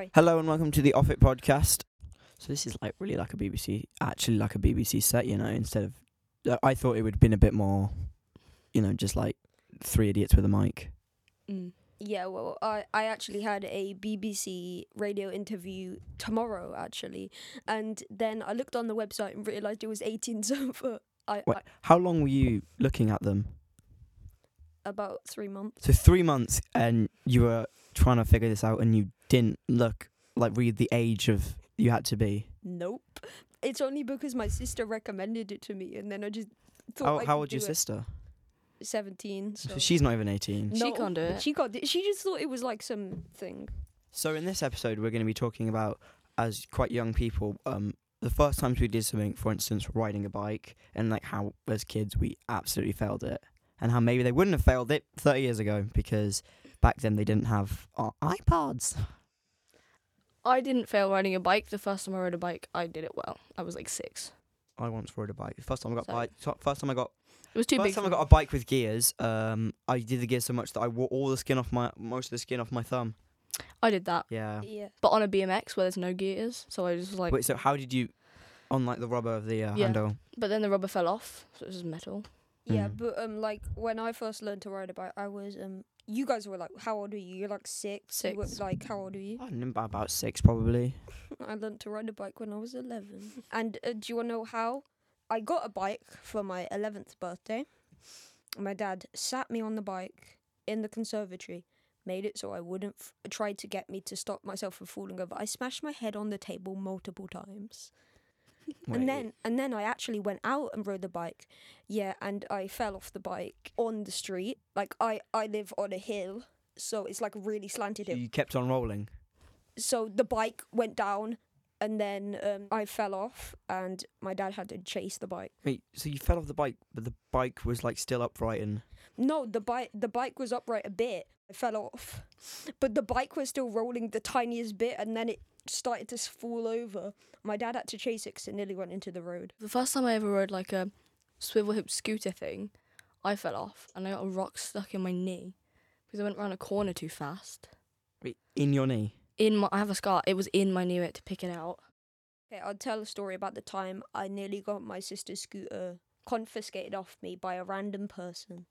Sorry. Hello and welcome to the Off It podcast. So this is like really like a BBC, actually like a BBC set, you know. Instead of, uh, I thought it would have been a bit more, you know, just like three idiots with a mic. Mm. Yeah, well, I, I actually had a BBC radio interview tomorrow, actually. And then I looked on the website and realised it was 18 so for I, Wait. I, How long were you looking at them? about three months. So three months, and you were trying to figure this out, and you didn't look like read the age of you had to be. Nope. It's only because my sister recommended it to me and then I just thought. How, I how could old's your do it. sister? 17. So. So she's not even eighteen. She can't do it. She can't do it. She just thought it was like something. So in this episode, we're going to be talking about as quite young people, um, the first times we did something, for instance, riding a bike, and like how as kids we absolutely failed it, and how maybe they wouldn't have failed it 30 years ago because back then they didn't have uh, iPods. I didn't fail riding a bike. The first time I rode a bike, I did it well. I was like six. I once rode a bike. First time I got So- bike. so- First time I got. It was too first big. time for I got a me. bike with gears. Um, I did the gears so much that I wore all the skin off my most of the skin off my thumb. I did that, Yeah. Yeah. but on a BMX where there's no gears. So I was just like, Wait. So how did you? On like the rubber of the uh, Yeah. handle. but then the rubber fell off, so it was just metal. Yeah, Mm. but um, like when I first learned to ride a bike, I was um, you guys were like, how old are you? You're like six. You were, Six. like, how old are you? I don't know, about- about six probably. I learned to ride a bike when I was 11. And uh, do you want to know how? I got a bike for my 11th birthday. My dad sat me on the bike in the conservatory, made it so I wouldn't, f- tried to get me to stop myself from falling over. I smashed my head on the table multiple times. Wait. And then and then I actually went out and rode the bike. Yeah, and I fell off the bike on the street. Like I I live on a hill, so it's like really slanted hill you kept on rolling. so the bike went down and then um, I fell off and my dad had to chase the bike. Wait, so you fell off the bike, but the bike was like still upright and No, the bike the bike was upright a bit. I fell off. But the bike was still rolling the tiniest bit and then it started to s- fall over. My dad had to chase it 'cause it nearly went into the road. The first time I ever rode like a swivel hip scooter thing, I fell off and I got a rock stuck in my knee because I went around a corner too fast. wait, in your knee. In my, I have a scar. It was in my knee. I had to pick it out. Okay, I'll tell a story about the time I nearly got my sister's scooter confiscated off me by a random person.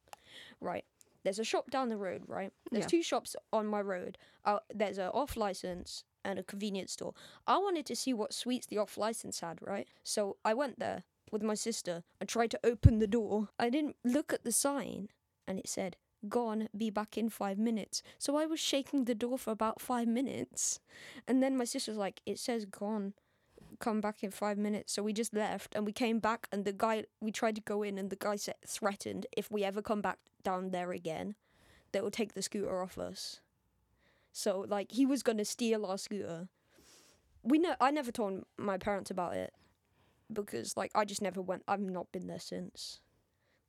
Right. There's a shop down the road, right? There's Yeah. two shops on my road. Uh, there's a off license and a convenience store. I wanted to see what sweets the off license had, right? So I went there with my sister. I tried to open the door. I didn't look at the sign and it said, Gone, be back in five minutes. So I was shaking the door for about five minutes. And then my sister was like, It says gone come back in five minutes. So we just left and we came back and the guy we tried to go in and the guy said threatened if we ever come back down there again, they will take the scooter off us. So like he was gonna steal our scooter. We know I never told my parents about it because like I just never went. I've not been there since.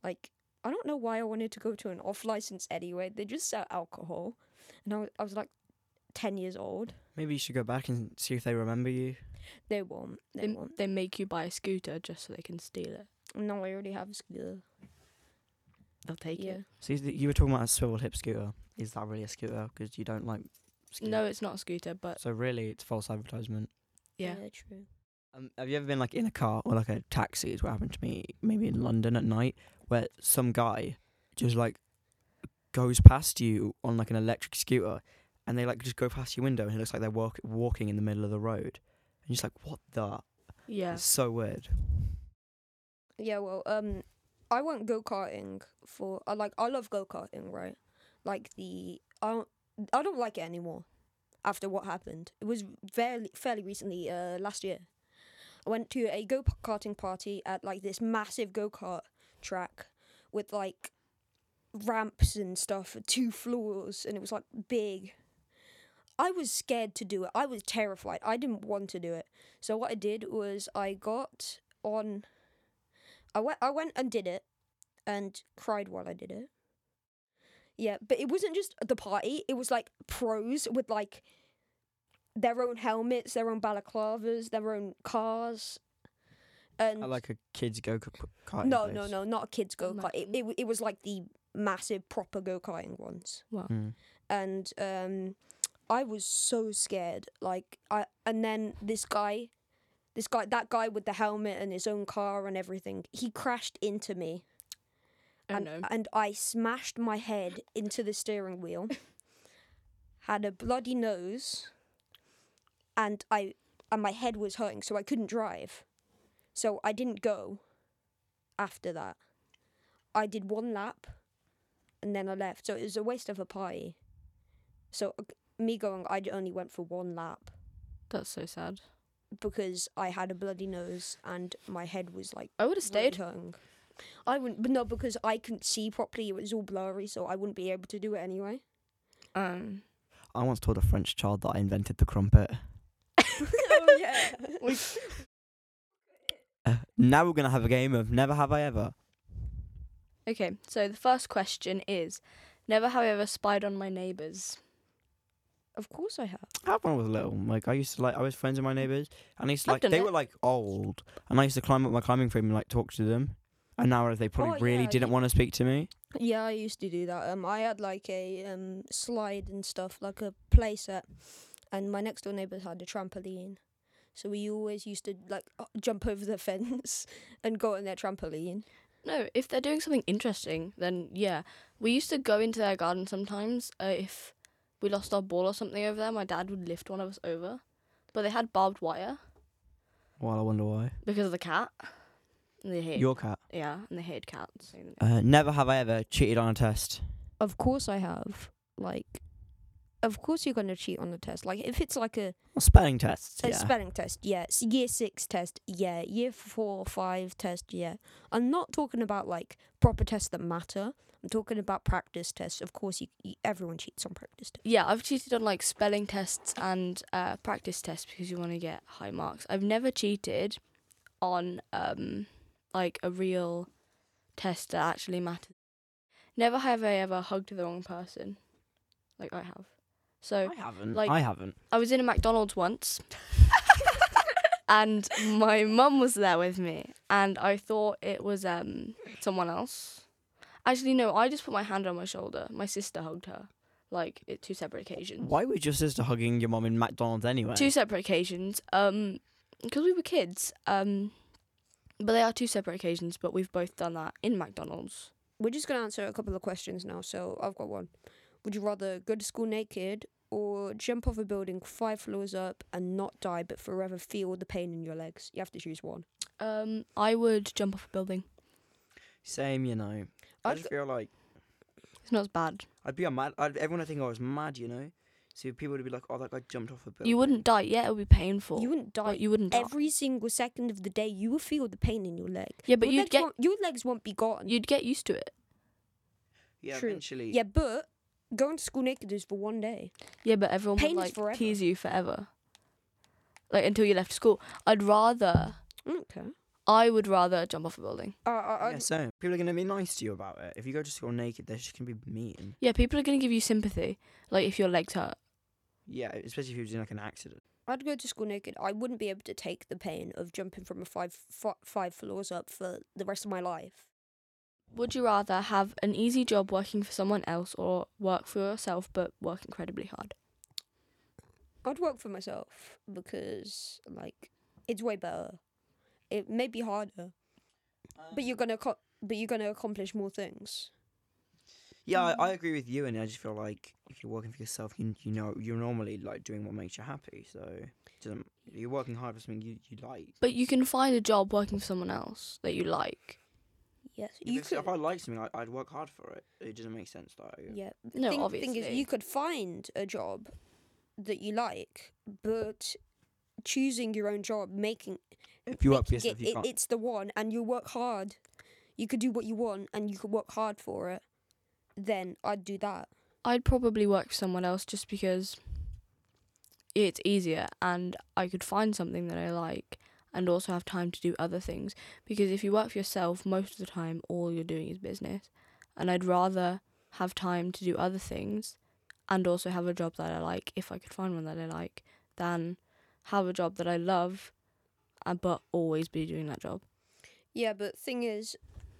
Like I don't know why I wanted to go to an off license anyway. They just sell alcohol, and I was, I was like ten years old. Maybe you should go back and see if they remember you. They won't. They They, won't. they make you buy a scooter just so they can steal it. No, I already have a scooter. They'll take Yeah. it. So you- you were talking about a swivel hip scooter. Is that really a scooter? Because you don't like. Scooters. No, it's not a scooter, but So really, it's false advertisement. yeah. true. Um, have you ever been like in a car or like a taxi? Is what happened to me maybe in London at night, where some guy just like goes past you on like an electric scooter, and they like just go past your window, and it looks like they're walk- walking in the middle of the road, and you're just like, what the? Yeah. It's so weird. Yeah, well, um, I went go karting for I like I love go karting, right? Like the I don't I don't like it anymore after what happened. It was fairly fairly recently, uh, last year. I went to a go karting party at like this massive go kart track with like ramps and stuff, two floors, and it was like big. I was scared to do it. I was terrified. I didn't want to do it. So what I did was I got on I went I went and did it and cried while I did it. Yeah, but it wasn't just the party, it was like pros with like their own helmets, their own balaclavas, their own cars. And At like a kids go kart. no, no, no, not a kids go Not kart. It, Mappin. it, w- it was like the massive proper go karting ones, Well, Mm. and um, I was so scared. Like I and then this guy this guy that guy with the helmet and his own car and everything, he crashed into me. Oh and, no. and I smashed my head into the steering wheel, had a bloody nose, and I and my head was hurting, so I couldn't drive. So I didn't go after that. I did one lap and then I left. So it was a waste of a party. So uh, me going, I only went for one lap That's so sad. because I had a bloody nose and my head was like I would have really stayed. hurting. I wouldn't, but no, because I couldn't see properly. It was all blurry, so I wouldn't be able to do it anyway. Um, I once told a French child that I invented the crumpet. oh yeah. Uh, now we're gonna have a game of Never Have I Ever. okay, so the first question is, never have I ever spied on my neighbours. Of course I have. I had one was little. Like I used to like I was friends with my neighbours, and I used to I've like done they it. were like old, and I used to climb up my climbing frame and like talk to them. And now they probably Oh, really yeah, didn't you- want to speak to me. Yeah, I used to do that. Um, I had like a um slide and stuff, like a playset, and my next door neighbours had a trampoline. So we always used to like uh, jump over the fence and go on their trampoline. No, if they're doing something interesting, then yeah. We used to go into their garden sometimes. Uh, if we lost our ball or something over there, my dad would lift one of us over. But they had barbed wire Well, I wonder why. because of the cat. And they hate Your cat. yeah, and they hated cats. Uh, never have I ever cheated on a test. Of course I have. Like, of course you're gonna cheat on a test. Like if it's like a Well, spelling tests. A Yeah. spelling test, yeah. S- Year six test, yeah. Year four, five test, yeah. I'm not talking about like proper tests that matter. I'm talking about practice tests. Of course, you, you, everyone cheats on practice tests. Yeah, I've cheated on like spelling tests and uh, practice tests because you want to get high marks. I've never cheated on um, like a real test that actually mattered. Never have I ever hugged the wrong person, like I have. So I haven't. like- I haven't. I was in a McDonald's once, and my mum was there with me, and I thought it was um, someone else. Actually, no, I just put my hand on my shoulder. My sister hugged her, like at two separate occasions. Why was your sister hugging your mom in McDonald's anyway? two separate occasions um because we were kids um but they are two separate occasions but we've both done that in mcdonald's We're just gonna answer a couple of questions now. So I've got one. Would you rather go to school naked or jump off a building five floors up and not die, but forever feel the pain in your legs? You have to choose one. um i would jump off a building Same, you know. I I'd just feel like it's not as bad I'd be a mad. I'd, everyone would think I was mad, you know. So people would be like, "Oh, that guy jumped off a building." you wouldn't die yeah it would be painful You wouldn't die. but you wouldn't die. Every single second of the day, you will feel the pain in your leg. yeah but your you'd legs get won't- your legs won't be gone. you'd get used to it Yeah, True. eventually. Yeah, but going to school naked is for one day. yeah but everyone Pain is would forever. like tease you forever like until you left school i'd rather Okay. i would rather jump off a building Uh, uh, uh, Yeah, so people are gonna be nice to you about it. If you go to school naked, they're just gonna be mean. yeah people are going to give you sympathy like if your legs hurt Yeah, especially if you was in like an accident. I'd go to school naked. I wouldn't be able to take the pain of jumping from a five fi- five floors up for the rest of my life. Would you rather have an easy job working for someone else or work for yourself but work incredibly hard? I'd work for myself because like it's way better. It may be harder, but you're gonna co- but you're gonna accomplish more things. Yeah, I, I agree with you, and I just feel like if you're working for yourself, you, you know you're normally like doing what makes you happy. So it doesn't, you're working hard for something you, you like. But you can find a job working for someone else that you like. Yes, If, you it's- if could. I like something, I, I'd work hard for it. It doesn't make sense though. Yeah. No, thing, obviously. thing is, you could find a job that you like, but choosing your own job, making If you work for making yourself, it, you it- can't. it's the one, and you work hard. You could do what you want, and you could work hard for it. Then I'd do that. I'd probably work for someone else just because it's easier and I could find something that I like and also have time to do other things. Because if you work for yourself, most of the time, all you're doing is business. And I'd rather have time to do other things and also have a job that I like, if I could find one that I like, than have a job that I love uh, but always be doing that job. Yeah, but thing is,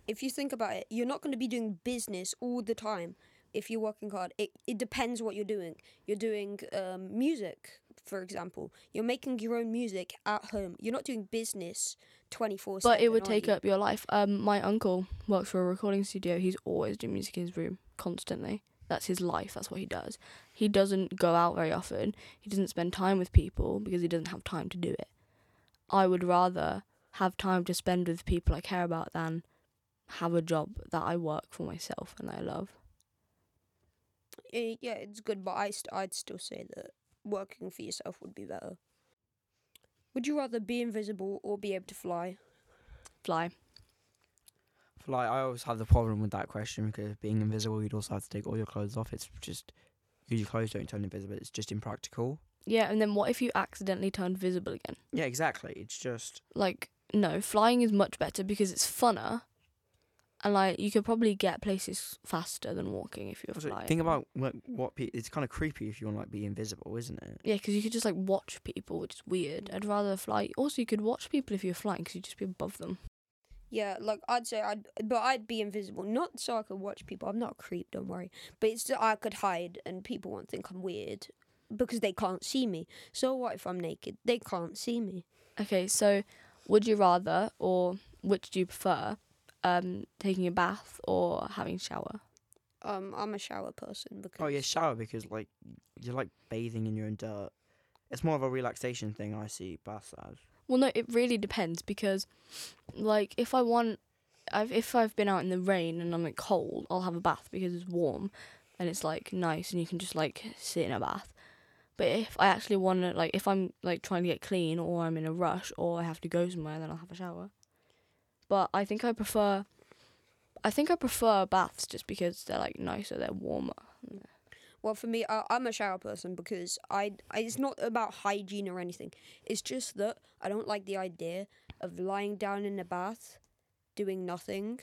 if you think about it, you're not going to be doing business all the time if you're working hard, it, it depends what you're doing. You're doing um, music, for example. You're making your own music at home. You're not doing business 24 But it would take up your life. Um, my uncle works for a recording studio. He's always doing music in his room constantly. That's his life. That's what he does. He doesn't go out very often. He doesn't spend time with people because he doesn't have time to do it. I would rather have time to spend with people I care about than have a job that I work for myself and I love. Uh, yeah, it's good, but I st- I'd still say that working for yourself would be better. Would you rather be invisible or be able to fly? Fly. Like I always have the problem with that question because being invisible, you'd also have to take all your clothes off. It's just because your clothes don't turn invisible. It's just impractical. Yeah, and then what if you accidentally turned visible again? Yeah, exactly. It's just like no flying is much better because it's funner and like you could probably get places faster than walking if you're also, flying think about what, what pe- it's kind of creepy if you want to like be invisible, isn't it? yeah because you could just like watch people which is weird i'd rather fly also you could watch people if you're flying because you'd just be above them Yeah, like I'd say I'd, but I'd be invisible, not so I could watch people. I'm not a creep, don't worry. But it's that I could hide, and people won't think I'm weird because they can't see me. So what if I'm naked? They can't see me. okay so would you rather or which do you prefer um taking a bath or having a shower Um, I'm a shower person because Oh yeah, shower because like you're like bathing in your own dirt. It's more of a relaxation thing. I see uh, baths as. well no it really depends because like if i want I've, if I've been out in the rain and I'm like cold, I'll have a bath because it's warm and it's like nice and you can just like sit in a bath. But if I actually want to, like, if I'm like trying to get clean or I'm in a rush or I have to go somewhere, then I'll have a shower. But I think I prefer, I think I prefer baths just because they're like nicer, they're warmer. Well, for me, I, I'm a shower person because I, I. It's not about hygiene or anything. It's just that I don't like the idea of lying down in a bath, doing nothing,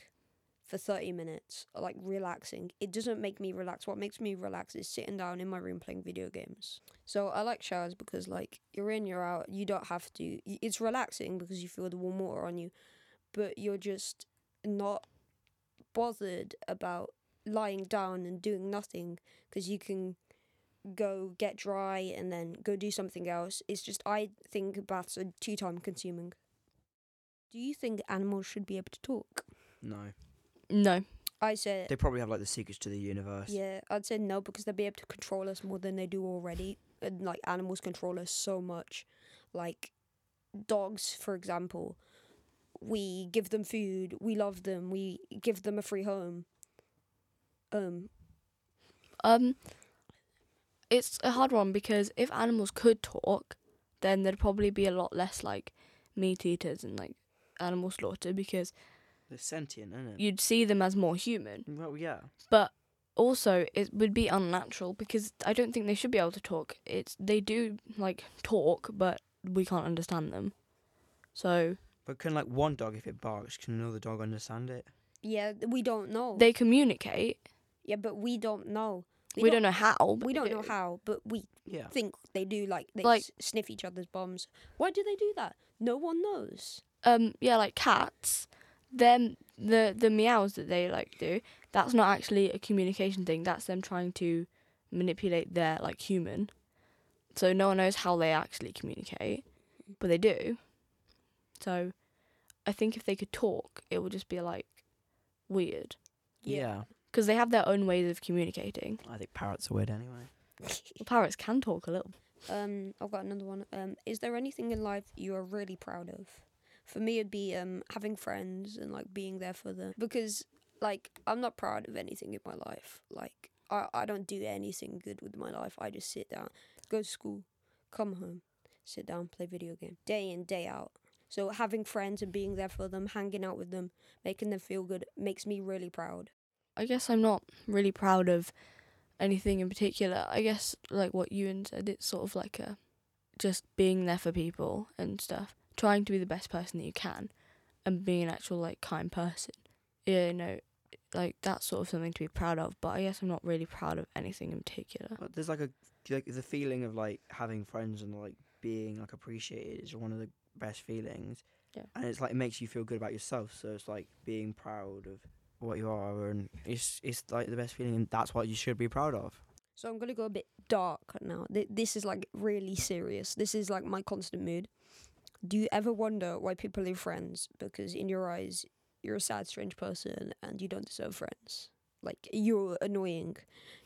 for 30 minutes, or like relaxing. It doesn't make me relax. What makes me relax is sitting down in my room playing video games. So I like showers because like you're in, you're out. You don't have to. y- It's relaxing because you feel the warm water on you, but you're just not bothered about lying down and doing nothing because you can go get dry and then go do something else. It's just I think baths are too time consuming. Do you think animals should be able to talk? No, No, I say they probably have like the secrets to the universe. yeah, I'd say no because they'd be able to control us more than they do already. And like animals control us so much. Like dogs, for example, we give them food, we love them, we give them a free home. Um Um, it's a hard one because if animals could talk, then there'd probably be a lot less like meat eaters and like animal slaughter because They're sentient, isn't it? you'd see them as more human. Well, yeah. But also, it would be unnatural because I don't think they should be able to talk. It's they do like talk, but we can't understand them. So But can like one dog, if it barks, can another dog understand it? yeah, we don't know. they communicate. yeah, but we don't know. We, don't, know how. but we they don't know do. how, but we Yeah. think they do. Like they Like- s- sniff each other's bums. Why do they do that? No one knows. um yeah like cats them the the meows that they like do that's not actually a communication thing that's them trying to manipulate their like human so no one knows how they actually communicate but they do so i think if they could talk it would just be like weird yeah. because they have their own ways of communicating I think parrots are weird anyway. parrots can talk a little Um, I've got another one. Um, is there anything in life you are really proud of? For me, it'd be um having friends and like being there for them because like I'm not proud of anything in my life. Like I I don't do anything good with my life. I just sit down, go to school, come home, sit down, play video game day in day out. So having friends and being there for them, hanging out with them, making them feel good makes me really proud. I guess I'm not really proud of anything in particular. I guess like what Ewan said, it's sort of like a just being there for people and stuff, trying to be the best person that you can, and being an actual like kind person. Yeah, you know, like that's sort of something to be proud of. But I guess I'm not really proud of anything in particular. But there's like a like the feeling of like having friends and like being like appreciated is one of the best feelings. Yeah. And it's like it makes you feel good about yourself. So it's like being proud of what you are, and it's it's like the best feeling, and that's what you should be proud of. So I'm gonna go a bit dark now. Th- this is like really serious. This is like my constant mood. Do you ever wonder why people are friends? Because in your eyes, you're a sad, strange person, and you don't deserve friends. Like you're annoying,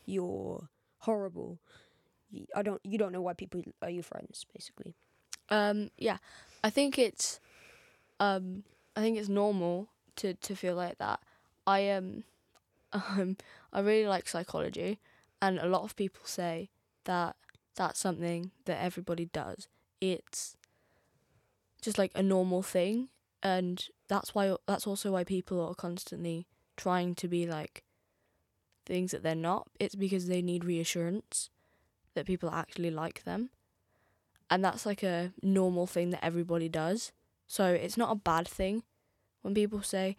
you're horrible. Y- I don't. You don't know why people are your friends, basically. Um, yeah, I think it's, um, I think it's normal to to feel like that. I um, um, I really like psychology, and a lot of people say that that's something that everybody does. It's just like a normal thing, and that's why that's also why people are constantly trying to be like things that they're not. It's because they need reassurance that people actually like them and that's like a normal thing that everybody does. So it's not a bad thing when people say,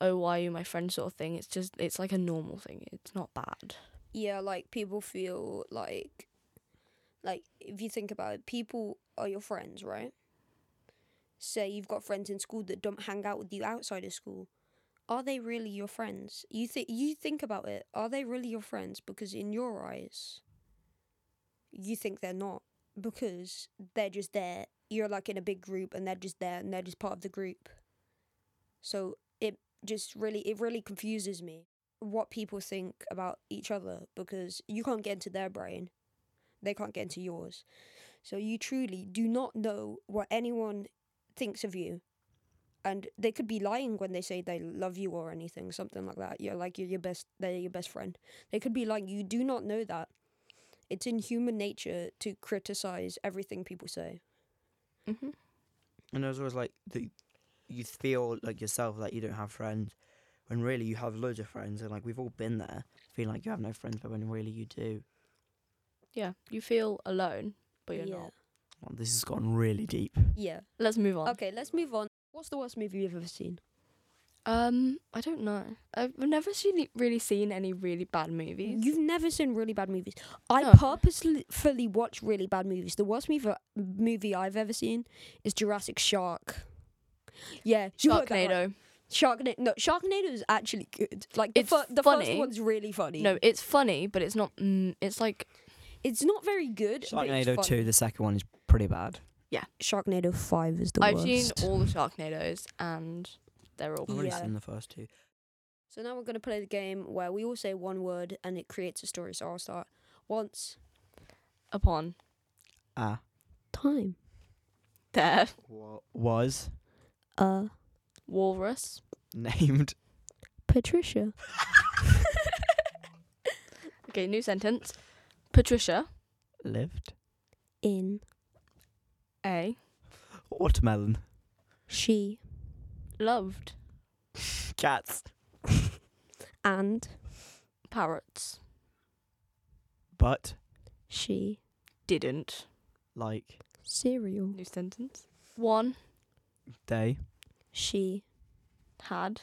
"Oh, why are you my friend?" sort of thing. It's just it's like a normal thing. It's not bad. Yeah, like people feel like, like if you think about it, people are your friends, right? Say you've got friends in school that don't hang out with you outside of school. Are they really your friends? You think you think about it. Are they really your friends? Because in your eyes, you think they're not because they're just there. You're like in a big group and they're just there and they're just part of the group. So it just really it really confuses me what people think about each other because you can't get into their brain. They can't get into yours. So you truly do not know what anyone thinks of you. And they could be lying when they say they love you or anything, something like that. You're like you're your best they're your best friend. They could be lying. You do not know that. It's in human nature to criticize everything people say. Mm-hmm. And there's always like the, you feel like yourself like you don't have friends, when really you have loads of friends, and like we've all been there, feeling like you have no friends, but when really you do. Yeah, you feel alone, but you're yeah. not. Well, this has gone really deep. Yeah. Let's move on. Okay, let's move on. What's the worst movie you've ever seen? Um, I don't know. I've never seen really seen any really bad movies. You've never seen really bad movies. I No. purposely fully watch really bad movies. The worst movie, movie I've ever seen is Jurassic Shark. Yeah, you got that right. Sharknado. Sharknado. No, Sharknado is actually good. Like the, It's fir- the first funny. one's really funny. No, it's funny, but it's not. Mm, it's like it's not very good. but it's Sharknado fun. two, the second one is pretty bad. Sharknado Five is the I've worst. seen all the Sharknados, and they're all. I've Yeah. only seen the first two. So now we're going to play the game where we all say one word and it creates a story. So I'll start. Once. Upon Ah, Time. there, was Uh, walrus. named Patricia. Okay, new sentence. Patricia lived In. A watermelon She. loved cats And. parrots. but She. Didn't. like Cereal. New sentence. One they She. had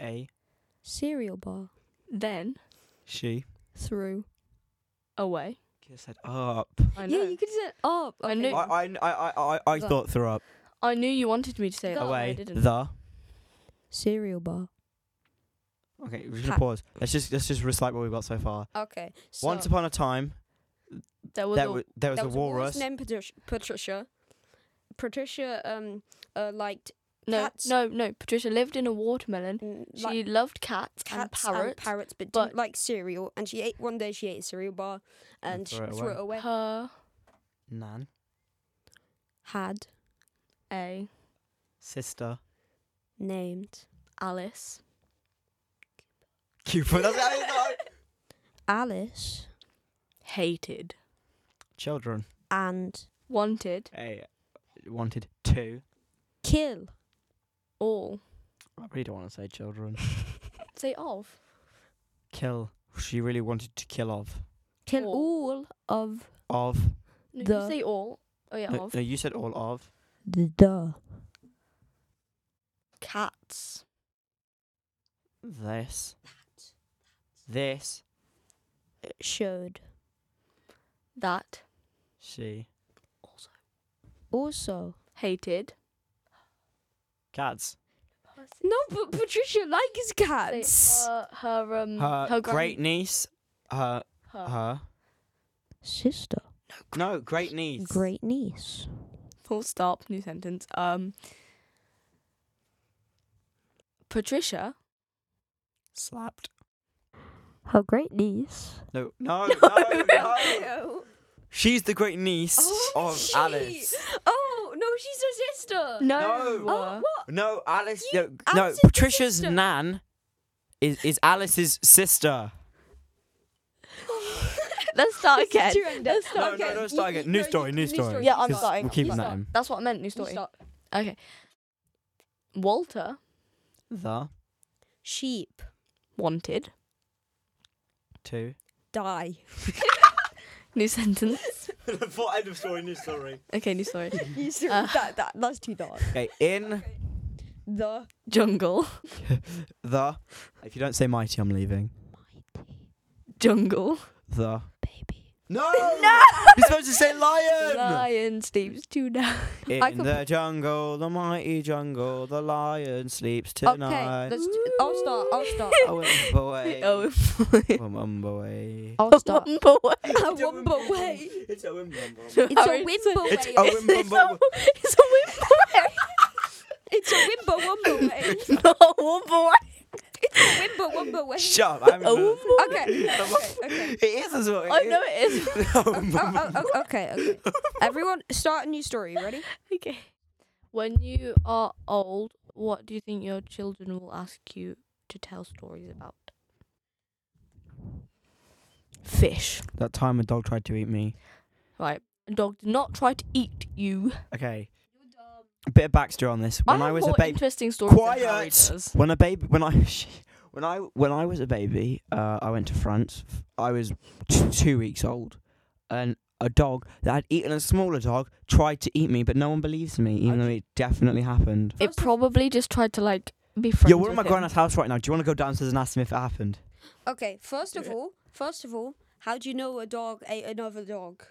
a Cereal bar. then she Through. away. just said up. I Yeah, know. you could say up. I okay. I knew- I I I, I The- thought through up I knew you wanted me to say that. but I away didn't. the. Cereal bar. Okay, we're gonna Ha- pause. Let's just let's just recite what we've got so far. Okay. So Once upon a time, there was. there a- was there was there a walrus. named Patricia. Patricia. Patricia um uh, liked no, cats. no, no. Patricia lived in a watermelon. mm, She like loved cats, cats and parrots. parrots, but, but- didn't like cereal. And she ate one day. She ate a cereal bar and she threw it threw it away. Her Nan, Had a sister, named Alice Cupid. That's how you know. Alice hated Children. and wanted Hey, wanted two. kill all. I really don't want to say children. Say of Kill. She really wanted to kill of kill All. all of of. no, The- you say all. Oh yeah, No, of no, you said all of the duh. cats. this. This showed. That she also Also, hated cats No, but Patricia likes cats. Her, her Uh, um Her, gran- great niece. Her. her- Her. Sister, No, great niece. great niece. full stop new sentence um Patricia Slapped. Her great niece. No, no, no, no. She's the great niece Oh, of she- Alice. Oh no, she's her sister. No. Uh. Oh, what? No, Alice. You- no, no, Alice is the Patricia's sister. nan is is Alice's sister. Let's start This is again. too end up. Let's start No, no, Okay, no, you- start you- again. New no, you- story, new story. Yeah, I'm you start. starting. We're keeping You that start. in. That's what I meant new You story. start. Okay. Walter The Sheep wanted two. die. new sentence. For end of story, new story. Okay, new story. You see, Uh. that, that that's too dark. Okay, in The Jungle. the. If you don't say mighty, I'm leaving. Jungle. The. baby. No. no. You're supposed to say lion. Lion sleeps too down. In I could- the jungle, the mighty jungle, the lion sleeps Okay, tonight. let's. Do, I'll start. I'll start. Oh, um, boy. Oh, Um, um, boy. I'll start. one boy. A wimble way. It's a wimble. It's a Sorry. wimble way. It's a wimble. It's a It's a wimble wimble way. wimble. Not a wimble. Wimble wimble way. Shut up. I'm A gonna- wimble. Okay. Okay. Okay. It is as well. I know it is. Oh, oh, oh, okay. Okay. Everyone, start a new story. Ready? okay. When you are old, what do you think your children will ask you to tell stories about? Fish. That time a dog tried to eat me. Right. A dog did not try to eat you. Okay. A bit of backstory on this. When I, have was a more baby, interesting stories than Harry Quiet. does. when a baby, when I, when I, when I was a baby, uh, I went to France. I was t- two weeks old, and a dog that had eaten a smaller dog tried to eat me, but no one believes me, even though it definitely happened. It probably just tried to like be friends. Yo, we're in with my him. grandma's house right now. Do you want to go downstairs and ask him if it happened? Okay. First of all, first of all, how do you know a dog ate another dog?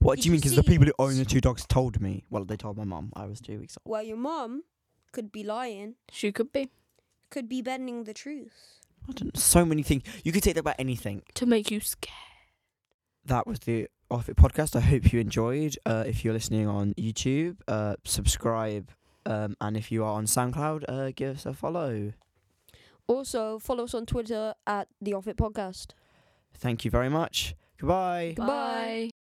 What Did do you mean? you Because the see people who it? own the two dogs told me. Well, they told my mum I was two weeks old. Well, your mom could be lying, She could be could be bending the truth. I don't know, so many things. You could say that about anything. to make you scared. that was the Off It podcast. I hope you enjoyed. Uh, if you're listening on YouTube, uh, subscribe. Um, and if you are on SoundCloud, uh, give us a follow. Also, follow us on Twitter at the Off It Podcast. Thank you very much. Goodbye. Goodbye. Bye.